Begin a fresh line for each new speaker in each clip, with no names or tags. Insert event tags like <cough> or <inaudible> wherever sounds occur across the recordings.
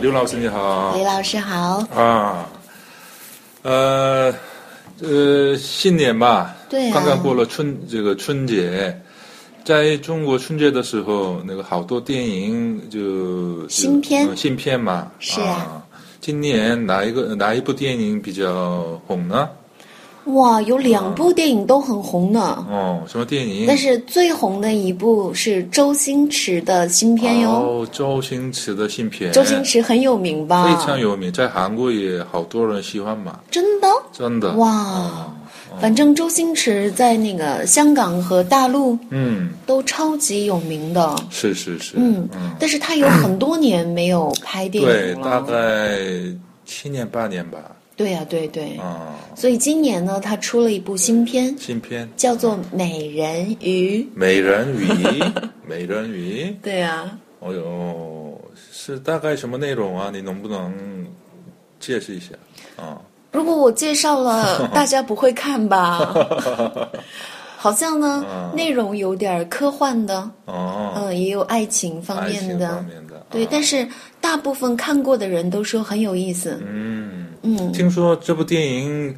刘老师你好
李老师好，
啊，呃，呃，新年嘛，
对啊
刚刚过了春这个春节，在中国春节的时候，那个好多电影就
新片
嗯新片嘛，
是啊
今年哪一个哪一部电影比较红呢？
哇，有两部电影都很红呢，
哦，什么电影？
但是最红的一部是周星驰的新片哟。
哦，周星驰的新片，
周星驰很有名吧？
非常有名，在韩国也好多人喜欢嘛，
真的
真的。
哇！反正周星驰在那个香港和大陆
嗯，
都超级有名的，
是是是，
嗯，但是他有很多年没有拍电
对，
影
大
了。
概七年八年吧，
对呀、对对。
啊、
所以今年呢，他出了一部新片，
新片《
叫做《美人鱼》。
美人鱼》，
<laughs>
美人鱼，
对啊呀、
哦呦，是大概什么内容啊？你能不能解释一下啊？
如果我介
<laughs>
绍了，大家不会看吧？好像
嗯
呢，内容有点儿科幻的，
哦，
嗯，也有爱情方
爱
面
情
的
方，面的，
对。
啊
但是大部分看过的人都说很有意思，
嗯，
嗯，
听说这部电影。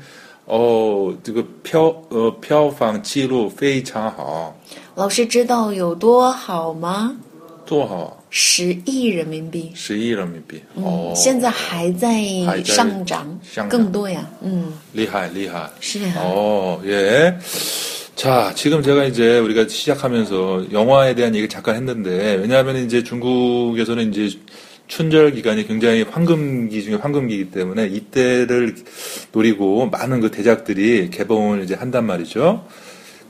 哦，这个票呃票房记录非常好，
老师知道有多好吗？
多好，
十亿人民币，
十亿人民币、哦
嗯，，现在还在
还在
上涨，
上涨哦
更多呀，嗯，
厉害厉害，
是啊呀，
어, 예. 자, 지금 제가 이제 우리가 시작하면서 영화에 대한 얘기 잠깐 했는데, 왜냐하면 이제 중국에서는 이제 춘절 기간이 굉장히 황금기 중에 황금기이기 때문에 이때를 노리고 많은 그 대작들이 개봉을 이제 한단 말이죠.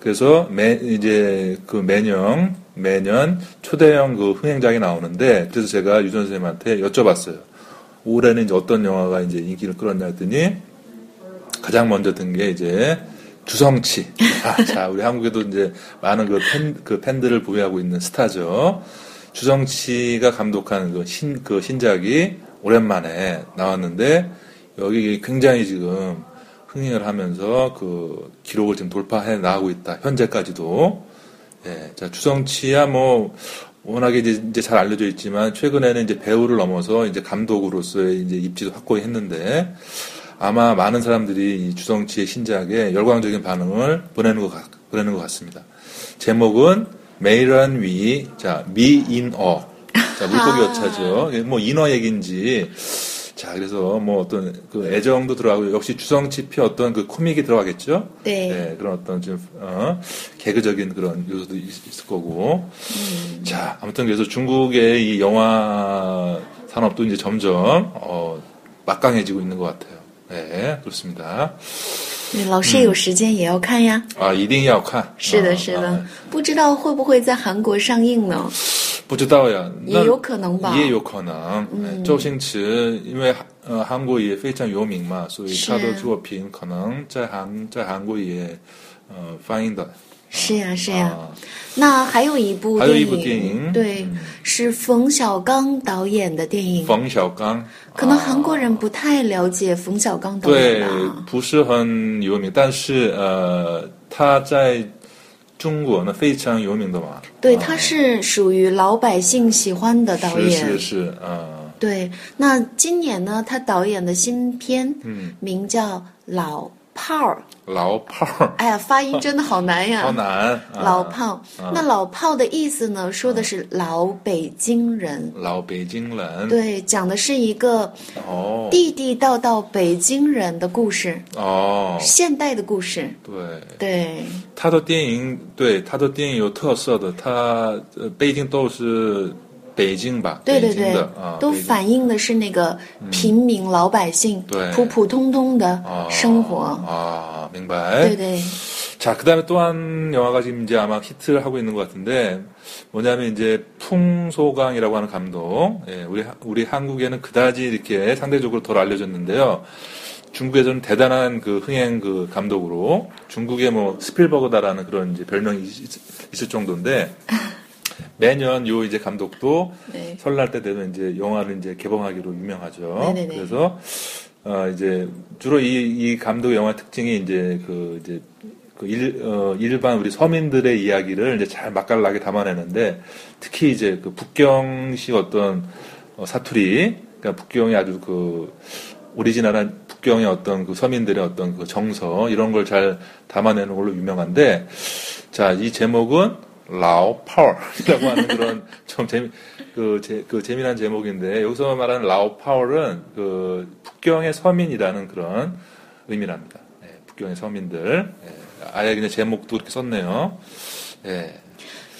그래서 매, 이제 그 매년, 매년 초대형 그 흥행작이 나오는데, 그래서 제가 유전 선생님한테 여쭤봤어요. 올해는 이제 어떤 영화가 이제 인기를 끌었냐 했더니, 가장 먼저 든 게 이제 주성치. 아, 자, 우리 한국에도 이제 많은 그 팬, 그 팬들을 보유하고 있는 스타죠. 주성치가 감독한 그 신, 그 신작이 오랜만에 나왔는데, 여기 굉장히 지금 흥행을 하면서 그 기록을 지금 돌파해 나가고 있다. 현재까지도. 예. 자, 주성치야 뭐, 워낙에 이제, 이제 잘 알려져 있지만, 최근에는 이제 배우를 넘어서 이제 감독으로서의 이제 입지도 확고히 했는데, 아마 많은 사람들이 이 주성치의 신작에 열광적인 반응을 보내는 것, 같, 보내는 것 같습니다. 제목은 메이란 위, 자, 미인어. 자, 물고기 어차죠. 이게 뭐, 인어 얘기인지. 자, 그래서 뭐 어떤 그 애정도 들어가고, 역시 주성치피 어떤 그 코믹이 들어가겠죠?
네.
예, 그런 어떤 좀, 어, 개그적인 그런 요소도 있- 있을 거고. 자, 아무튼 그래서 중국의 이 영화 산업도 이제 점점, 어, 막강해지고 있는 것 같아요. 예, 그렇습니다.
对老师有时间也要看呀。
아, 이딩 야오칸. 아,
是的，是的，不知道会不会在韩国上映呢？
不知道呀。
也有可能吧。嗯
也有可能。哎周星驰因为呃韩国也非常有名嘛，所以他的
是
作品可能在韩在韩国也呃翻译的。
是呀，是呀。
啊
那还有一部
还有
电
一
影，
部电影嗯
对，是冯小刚导演的电影。
冯小刚
可能
啊
韩国人不太了解冯小刚导
对
演吧？
不是很有名，但是呃他在中国呢非常有名的嘛。
对，
啊
他是属于老百姓喜欢的导
是
演。
是是啊
对，那今年呢，他导演的新片，
嗯，
名叫《老炮儿》。
老炮儿
哎呀，发音真的好难呀！
好难啊
老炮，那老炮的意思呢，说的是老北京人。
老北京人
对，讲的是一个
哦
地地道道北京人的故事，
哦
现代的故事。
对。
对，
他的电影对他的电影有特色的，他呃，北京都是北京吧，
对
北
对
京
对
的啊，，
都
北京嗯
反映的是那个平民老百姓
对
普普通通的
啊
生活。
啊，明
对
白。
对，
자, 그다음에 또 한 영화가 지금 이제 아마 히트를 하고 있는 것 같은데 뭐냐면 이제 풍소강이라고 하는 감독, 예, 우리 하- 우리 한국에는 그다지 이렇게 상대적으로 덜 알려졌는데요. 중국에서는 대단한 그 흥행 그 감독으로 중국의 뭐 스필버그다라는 그런 이제 별명이 있- 있을 정도인데 매년 요 이제 감독도
네.
설날 때 되면 이제 영화를 이제 개봉하기로 유명하죠.
네네네.
그래서 어 이제 주로 이, 이 감독의 영화 특징이 이제 그 이제 그 일, 어, 일반 우리 서민들의 이야기를 이제 잘 맛깔나게 담아내는데 특히 이제 그 북경식 어떤 어, 사투리 그러니까 북경이 아주 그 오리지널한 북경의 어떤 그 서민들의 어떤 그 정서 이런 걸 잘 담아내는 걸로 유명한데 자 이 제목은 라오 파월이라고 하는 그런 좀 재미 그, 제, 그 재미난 제목인데 여기서 말하는 라오 파월은 그 북경의 서민이라는 그런 의미랍니다. 예, 북경의 서민들 예, 아예 그냥 제목도 이렇게 썼네요. 예.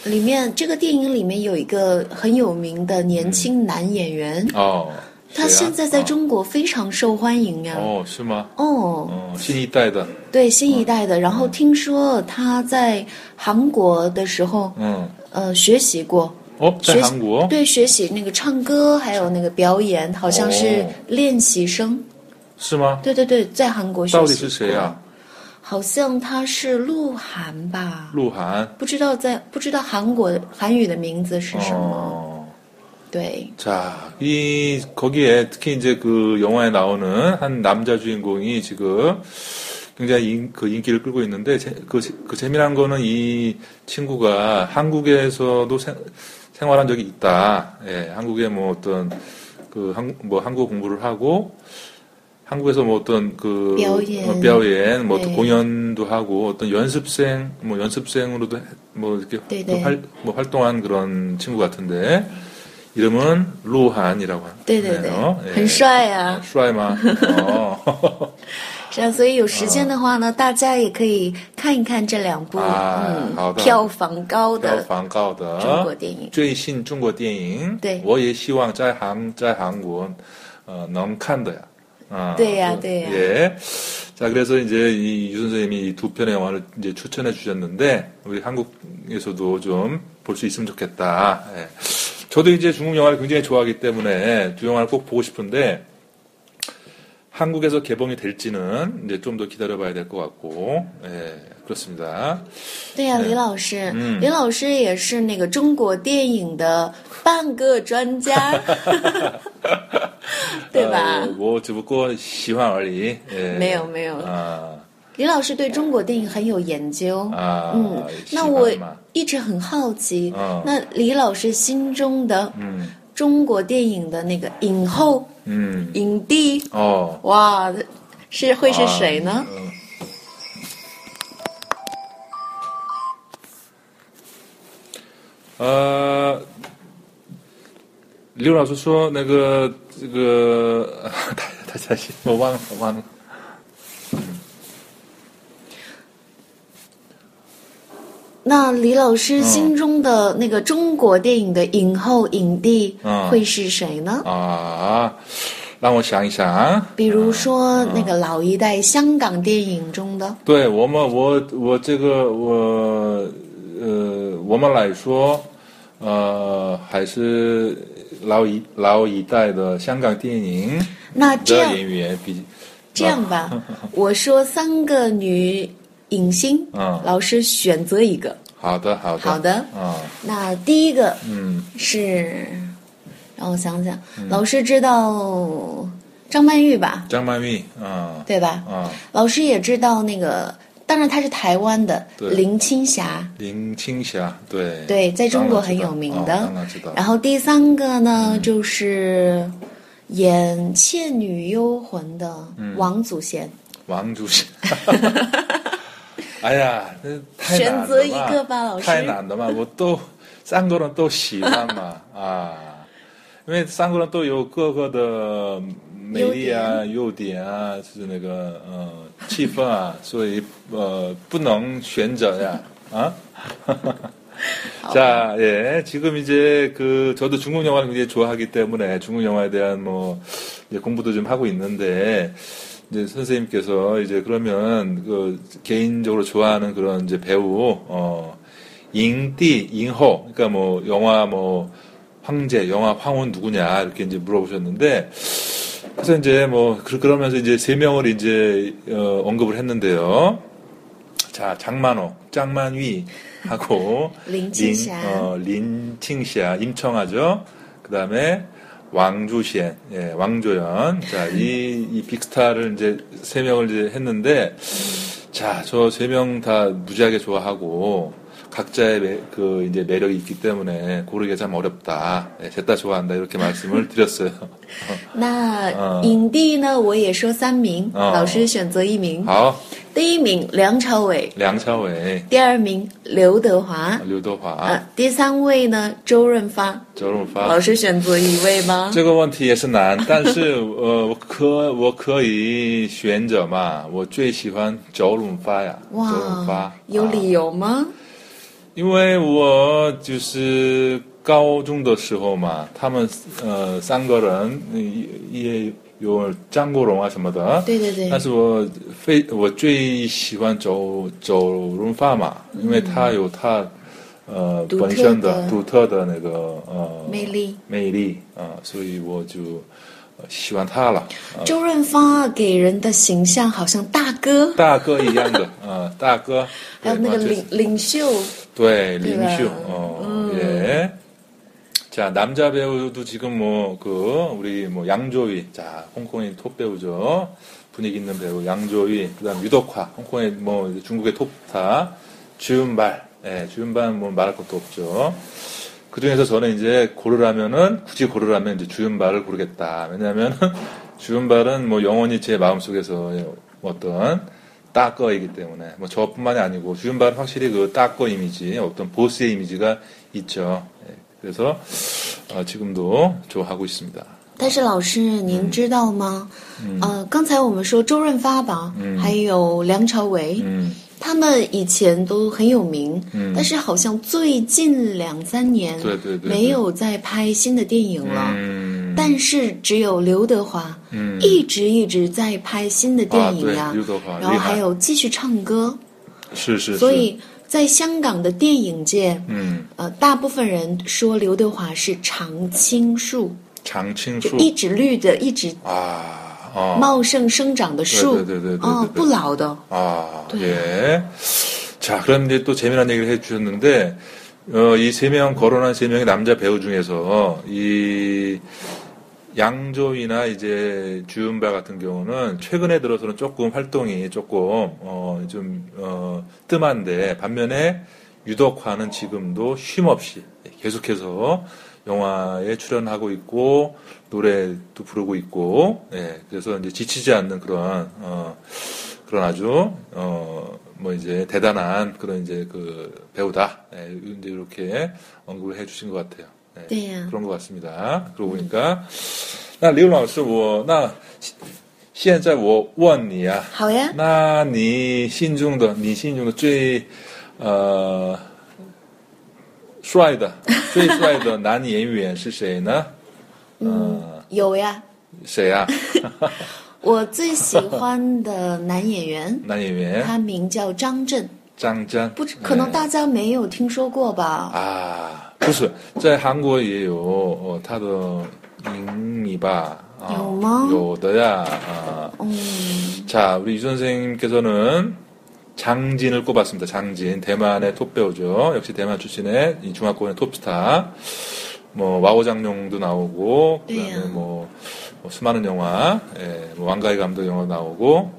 里面这个电影里面有一个很有名的年轻男演
嗯
员，
어.
他现在在中国非常受欢迎呀、
어, 실마.
哦，
어, 신이 있다이다.
对新一
嗯
代的。然后听说他在韩国的时候，
응.
呃，学习过，
어, 자,
学习
한국어.
对，学习那个唱歌，还有那个表演，好像是
哦
练习生。
실마.
对对对，在韩国学
到底
习
是
过。
谁啊呀、
好像他是鹿晗吧？
鹿晗。
不知道在不知道韩国韩语的名字是什么？
어.
对，
자, 이 거기에 특히 이제 그 영화에 나오는 한 남자 주인공이 지금 굉장히 인, 그 인기를 끌고 있는데 제, 그, 제- 그 재미난 거는 이 친구가 한국에서도 생, 생활한 적이 있다. 예, 한국에 뭐 어떤 그 한, 뭐 한국 공부를 하고 한국에서 뭐 어떤 그
뼈엔.
어, 뼈엔, 뭐 어떤
네.
공연도 하고 어떤 연습생 뭐 연습생으로도 해- 뭐 이렇게
네네.
활, 뭐 활동한 그런 친구 같은데 이름은 루한이라고 하네요.
对对对，
예.
很帅啊
어, ！ 슈라이마. 어. <laughs>
这样，所以有时间的话呢，大家也可以看一看这两部、
嗯啊好
嗯
的
票房高
네.
的
방가오다.
中国电影。
최신 중국 电影.
네.
我也希望在韩在韩国能看的呀. 아,
네야,
그,
네야.
예. 자, 그래서 이제 이유 선생님이 이 두 편의 영화를 이제 추천해 주셨는데 우리 한국에서도 좀 볼 수 있으면 좋겠다. 예. 저도 이제 중국 영화를 굉장히 좋아하기 때문에 두 영화를 꼭 보고 싶은데 한국에서 개봉이 될지는 이제 좀 더 기다려봐야 될 것 같고, 예, 그렇습니다.
对呀、
对
李老师，
嗯
李老师也是那个中国电影的半个
<laughs>
专家，对吧
呃？我只不过喜欢而已。呃
没有没有
啊
李老师对中国电影很有研究。
啊，
嗯，
喜
那
欢
我
嘛
一直很好奇，
嗯
那李老师心中的
嗯
中国电影的那个影后、
嗯
影帝，
哦，
哇，是会是谁呢？
呃，刘老师说那个这个，大大家信，我忘了，我忘了。
那李老师心中的那个中国电影的影后影帝
嗯
会是谁呢？
啊，让我想一想啊。
比如说那个老一代香港电影中的，
对我们，我我这个我呃，我们来说，呃，还是老一老一代的香港电影
那这
的
样
演员比
这样
<laughs>
吧，我说三个女影星，
嗯
老师选择一个。
好的好的
好的，
啊
那第一个
嗯
是，让我想想，老师知道张曼玉吧？
张曼玉啊
对吧？
啊
老师也知道那个，当然她是台湾的
对
林青霞。
林青霞对
对在中国很有
当然知道
名
哦
的
当然知道
然后第三个呢，就是演《倩女幽魂》的王祖贤，
王祖 <laughs> 贤。哎呀，那太难了嘛
选择一个吧老师
太难了嘛，我都三个人都喜欢嘛啊，因为三个人都有各个的美丽啊、优点啊，就是那个呃气氛啊，所以呃不能选择呀啊。자, 예, 지금 이제 그 저도 중국 영화를 굉장히 좋아하기 때문에 중국 영화에 대한 뭐 이제 공부도 좀 하고 있는데 이제 선생님께서 이제 그러면 그 개인적으로 좋아하는 그런 이제 배우 어 잉띠, 잉호, 그러니까 뭐 영화 뭐 황제, 영화 황혼 누구냐 이렇게 이제 물어보셨는데 그래서 이제 뭐 그- 그러면서 이제 세 명을 이제 어, 언급을 했는데요. 자, 장만호, 장만위 하고
린칭샤.
린, 어, 린칭샤, 임청아죠. 그다음에 왕주시엔, 예, 왕조연. 자, 이, 이 빅스타를 이제 세 명을 이제 했는데 자, 저 세 명 다 무지하게 좋아하고 각자의 매, 그 이제 매력이 있기 때문에 고르기가 참 어렵다. 예, 셋다 좋아한다 이렇게 말씀을 드렸어요.
那影帝呢，我也说三名，
嗯
老师选择一名。
好，
第一名梁朝伟，
량샤웨이,
第二名刘德华，
류도화,
啊，第三位呢周润发。
저룸파.
老师选择一位吗？
这个问题也是难， <laughs> 但是呃，我可我可以选择嘛？我最喜欢周润发呀，周润发
哇，有
啊
理由吗？
因为我就是高中的时候嘛，他们呃三个人嗯也也有张国荣啊什么的，
对对对
但是我非我最喜欢周周润发嘛，因为他有他呃
独特
本身
的
独特的那个呃
魅力
魅力啊、所以我就呃喜欢他了。啊
周润发给人的形象好像大哥，
大哥一样
<laughs>
的，呃，大哥，
还有
对
那个
那就是
领领袖，
对, 림슈.
그래요.
네, 어, 예. 자, 남자 배우도 지금 뭐, 그, 우리 뭐, 양조위. 자, 홍콩의 톱 배우죠. 분위기 있는 배우, 양조위. 그 다음, 유덕화. 홍콩의 뭐, 중국의 톱타. 주윤발. 예, 주윤발 뭐, 말할 것도 없죠. 그 중에서 저는 이제 고르라면은, 굳이 고르라면 이제 주윤발을 고르겠다. 왜냐면, <laughs> 주윤발은 뭐, 영원히 제 마음속에서 뭐 어떤, 따꺼이기 때문에 뭐 저뿐만이 아니고 주윤발은 확실히 그 따꺼 이미지 어떤 보스의 이미지가 있죠. 예, 그래서 어, 지금도 좋아하고 있습니다.
但是老师您知道吗？
嗯
呃，刚才我们说周润发吧，还有梁朝伟，
음,
他们以前都很有名，
嗯
但是好像最近两三年
对对嗯对
没有再拍新的电影了。
음,
但是只有刘德华、
음. 아, 네,
一直一直在拍新的电影
嗯啊
呀、
对刘德华
然后
厉害
还有继续唱歌，
시, 시,
所
시.
以在香港的电影界，
음,
呃，大部分人说刘德华是常青树，就
장칭수.
一直绿的，一直
아, 어.
茂盛生长的树，
对对对对对对
哦，不老的，
아, 예. 자, 그럼 이제 또 재미난 얘기를 해 주셨는데, 어, 이 세 명, 거론한 세 명의 남자 배우 중에서, 이, 양조위나 이제 주은바 같은 경우는 최근에 들어서는 조금 활동이 조금, 어, 좀, 어, 뜸한데, 반면에 유덕화는 지금도 쉼없이 계속해서 영화에 출연하고 있고, 노래도 부르고 있고, 예, 그래서 이제 지치지 않는 그런, 어, 그런 아주 어뭐 이제 대단한 그런 이제 그 배우다 예, 이제 이렇게 언급을 해주신 것 같아요. 예,
네.
그런 것 같습니다. 그러고 보니까 나 리우 라우스 뭐나 现在我问你啊，
好呀，
那你心中的你心中的最呃帅的最帅 <laughs> 的男演员是谁呢？ 어, 嗯，
有呀。
谁啊？，
我最喜欢的男演员
<laughs> 男演员
他名叫张震，
张震。
不知，可能
哎
大家没有听说过吧？
啊，不是，在韩国也有哦，他的影迷吧？啊
有吗
有的呀，啊，
嗯，
자, 우리 유 선생님께서는 장진을 꼽았습니다. 장진. 대만의 톱배우죠. 역시 대만 출신의 이 중화권의 톱스타. 뭐, 와오장룡도 나오고, 그 다음에
네요.
뭐, 뭐 수많은 영화, 예, 뭐 왕가의 감독 영화 나오고,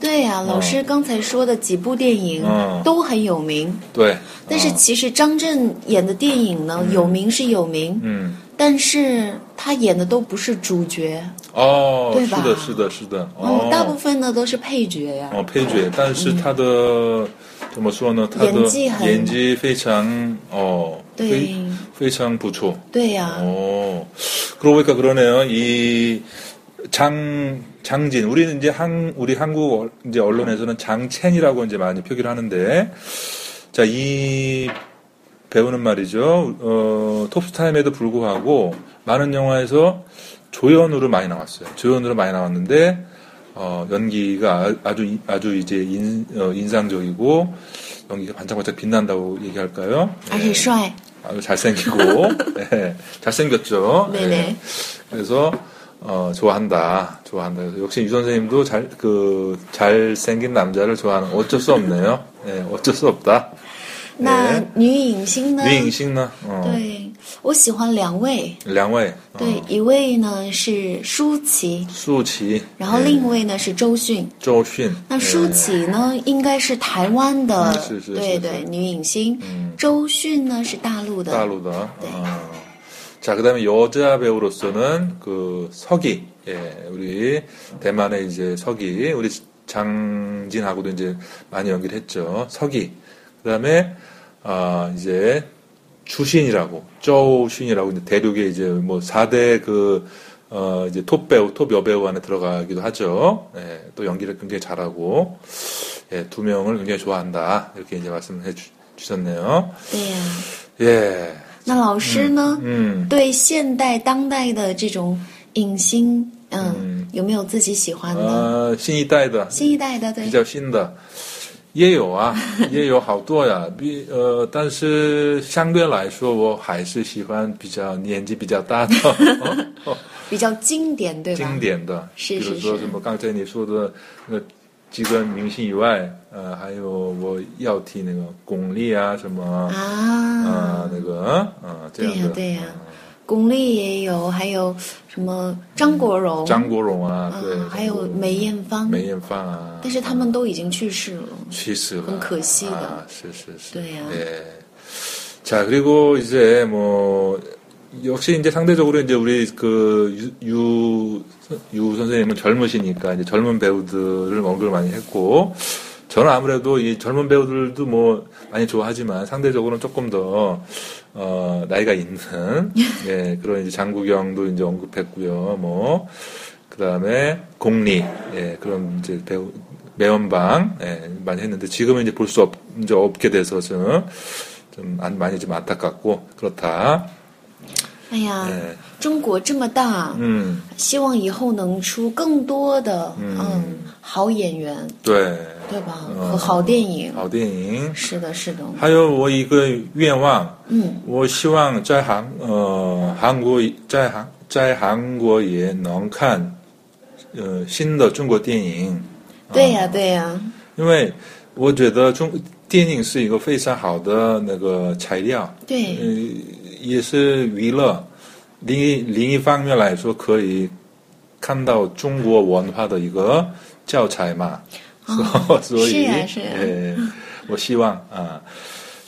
对呀、
啊
老师刚才说的几部电影
嗯
都很有名，
네.
但是
어,
其实张震演的电影呢，
嗯
有名是有名，
음.
但是他演的都不是主角，
어,
对
是
吧？
的,是的,是的.
嗯，
어.
大部分呢都是配角呀、
哦，配角，但是他的怎么说呢？他的
演技很
演技非常哦，
对
非非常不错。
对呀、
哦 어, 그러고 보니까 그러네요. 이 장, 장진. 우리는 이제 한, 우리 한국 어- 이제 언론에서는 장첸이라고 이제 많이 표기를 하는데, 자, 이 배우는 말이죠. 어, 톱스타임에도 불구하고 많은 영화에서 조연으로 많이 나왔어요. 조연으로 많이 나왔는데, 어, 연기가 아- 아주, 이- 아주 이제 인, 어, 인상적이고, 연기가 반짝반짝 빛난다고 얘기할까요?
而且
예.
帅，
아주
<laughs>
잘생기고 예, 잘생겼죠.
네네.
예. 그래서 어, 좋아한다, 좋아한다. 그래서 역시 유 선생님도 잘 그 잘생긴 남자를 좋아하는 어쩔 수 네, 없네요. 예, 어쩔 수 없다.
那女影星呢？
네, 잉식나. 어.
对，我喜欢两位，
两位，
对，一位呢是舒淇，
舒淇，
然后另一位呢是周迅。
周迅，
那舒淇呢，应该是台湾的，
嗯是是是
对
是
对，女影星。
嗯
周迅呢是大陆的，
大陆的. 아. 자, 그다음에 여자 배우로서는 그 서기, 예, 우리 대만의 이제 서기, 우리 장진하고도 이제 많이 연기를 했죠. 서기. 그다음에 아 이제 주신이라고, 쪼신이라고 이제 대륙의 이제 뭐 4대 그 어, 이제 톱 배우, 톱 여배우 안에 들어가기도 하죠. 예, 또 연기를 굉장히 잘하고, 예, 두 명을 굉장히 좋아한다. 이렇게 이제 말씀해 주- 주셨네요.
对呀、
예.
那老师
嗯
呢，
음.
对现代当代的这种影星，嗯，
嗯
有没有自己喜欢的？
아, 신이 따이다.
新一代的对
比，较新的，也有
<laughs>
啊，也有好多呀。比呃，但是相对来说，我还是喜欢比较年纪比较大
<laughs>
的
比较经典，对吧
经？典的，
是
比
是
如说
是
什么刚才你说的那几个明星以外，呃，还有我要提那个巩俐啊什么啊、
啊，
那个啊、呃这样的，
对呀对呀
嗯
巩俐也有，还有什么张国荣，
张国荣啊，
啊
对，
还
张国
有
荣
梅艳芳，
梅艳嗯芳啊，
但是他们都已经去世了。
취스가
그건 그 시가.
아, 실실실.
그래요.
예. 자 그리고 이제 뭐 역시 이제 상대적으로 이제 우리 그유유 유, 유 선생님은 젊으시니까 이제 젊은 배우들을 언급을 많이 했고 저는 아무래도 이 젊은 배우들도 뭐 많이 좋아하지만 상대적으로는 조금 더 어, 나이가
<laughs>
있는 예, 그런 이제 장국영도 이제 언급했고요. 뭐 그다음에 공리 예, 그런 이제 배우 매연방 예, 많이 했는데 지금은 이제 볼 수 없게 돼서 저는 좀 안, 많이 좀 안타깝고 그렇다.
哎呀，
예,
中国这么大，
음,
希望以后能出更多的
嗯
嗯好演员，
네.
对吧？
嗯
和好电影。
好电影.
是的，是的，
하여 그我一个愿望
嗯，
我希望在韩呃韩国在韩在韩国也能看呃新的中国电影，
对呀、对呀、
因为我觉得中电影是一个非常好的那个材料，
对，
嗯、也是娱乐。另一另一方面来说，可以看到中国文化的一个教材嘛。 <laughs> 所所以，
是呀，是呀。
예, 뭐 시황. 아.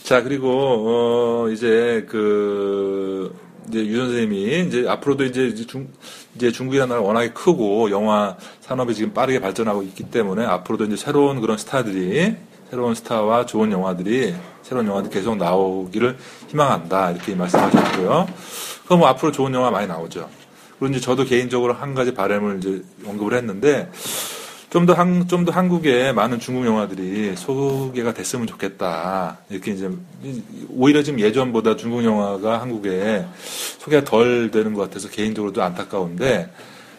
자 그리고 어 이제 그 이제 유 선생님이 이제 앞으로도 이제 이제 중 이제 중국이라는 나라 워낙에 크고 영화 산업이 지금 빠르게 발전하고 있기 때문에 앞으로도 이제 새로운 그런 스타들이 새로운 스타와 좋은 영화들이 새로운 영화들이 계속 나오기를 희망한다 이렇게 말씀하셨고요. 그럼 뭐 앞으로 좋은 영화 많이 나오죠. 그리고 이제 저도 개인적으로 한 가지 바람을 이제 언급을 했는데 좀 더 한, 좀 더 한국에 많은 중국 영화들이 소개가 됐으면 좋겠다. 이렇게 이제, 오히려 지금 예전보다 중국 영화가 한국에 소개가 덜 되는 것 같아서 개인적으로도 안타까운데,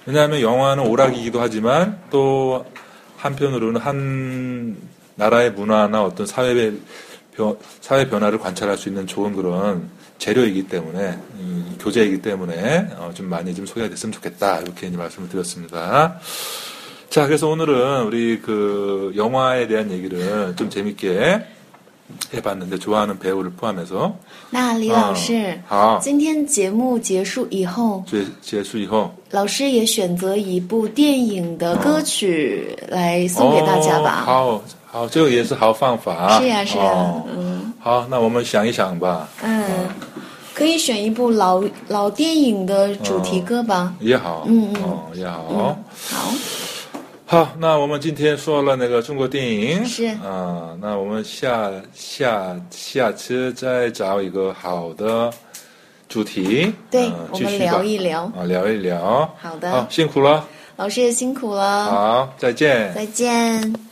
왜냐하면 영화는 오락이기도 하지만, 또 한편으로는 한 나라의 문화나 어떤 사회, 변, 사회 변화를 관찰할 수 있는 좋은 그런 재료이기 때문에, 음, 교재이기 때문에, 어, 좀 많이 좀 소개가 됐으면 좋겠다. 이렇게 이제 말씀을 드렸습니다. 자, 그래서 오늘은 우리 그 영화에 대한 얘기를 좀 재밌게 해봤는데 좋아하는 배우를 포함해서
那
嗯
李老师，
아,
今天节目结束以后，
제, 제수 이호
老师也选择一部电影的歌曲来送给大家吧。
어, 哦好好这个也是好方法
是呀，是呀，
哦
嗯
好那我们想一想吧
嗯，可以选一部老老电影的主题歌吧。
也好
嗯嗯
哦也好
好，
好那我们今天说了那个中国电影
是
啊那我们下下下次再找一个好的主题
对
嗯，
我
继
们
续吧
聊一聊。
啊，聊一聊。
好的，
好，辛苦了。
老师也辛苦了，
好，再见。
再见。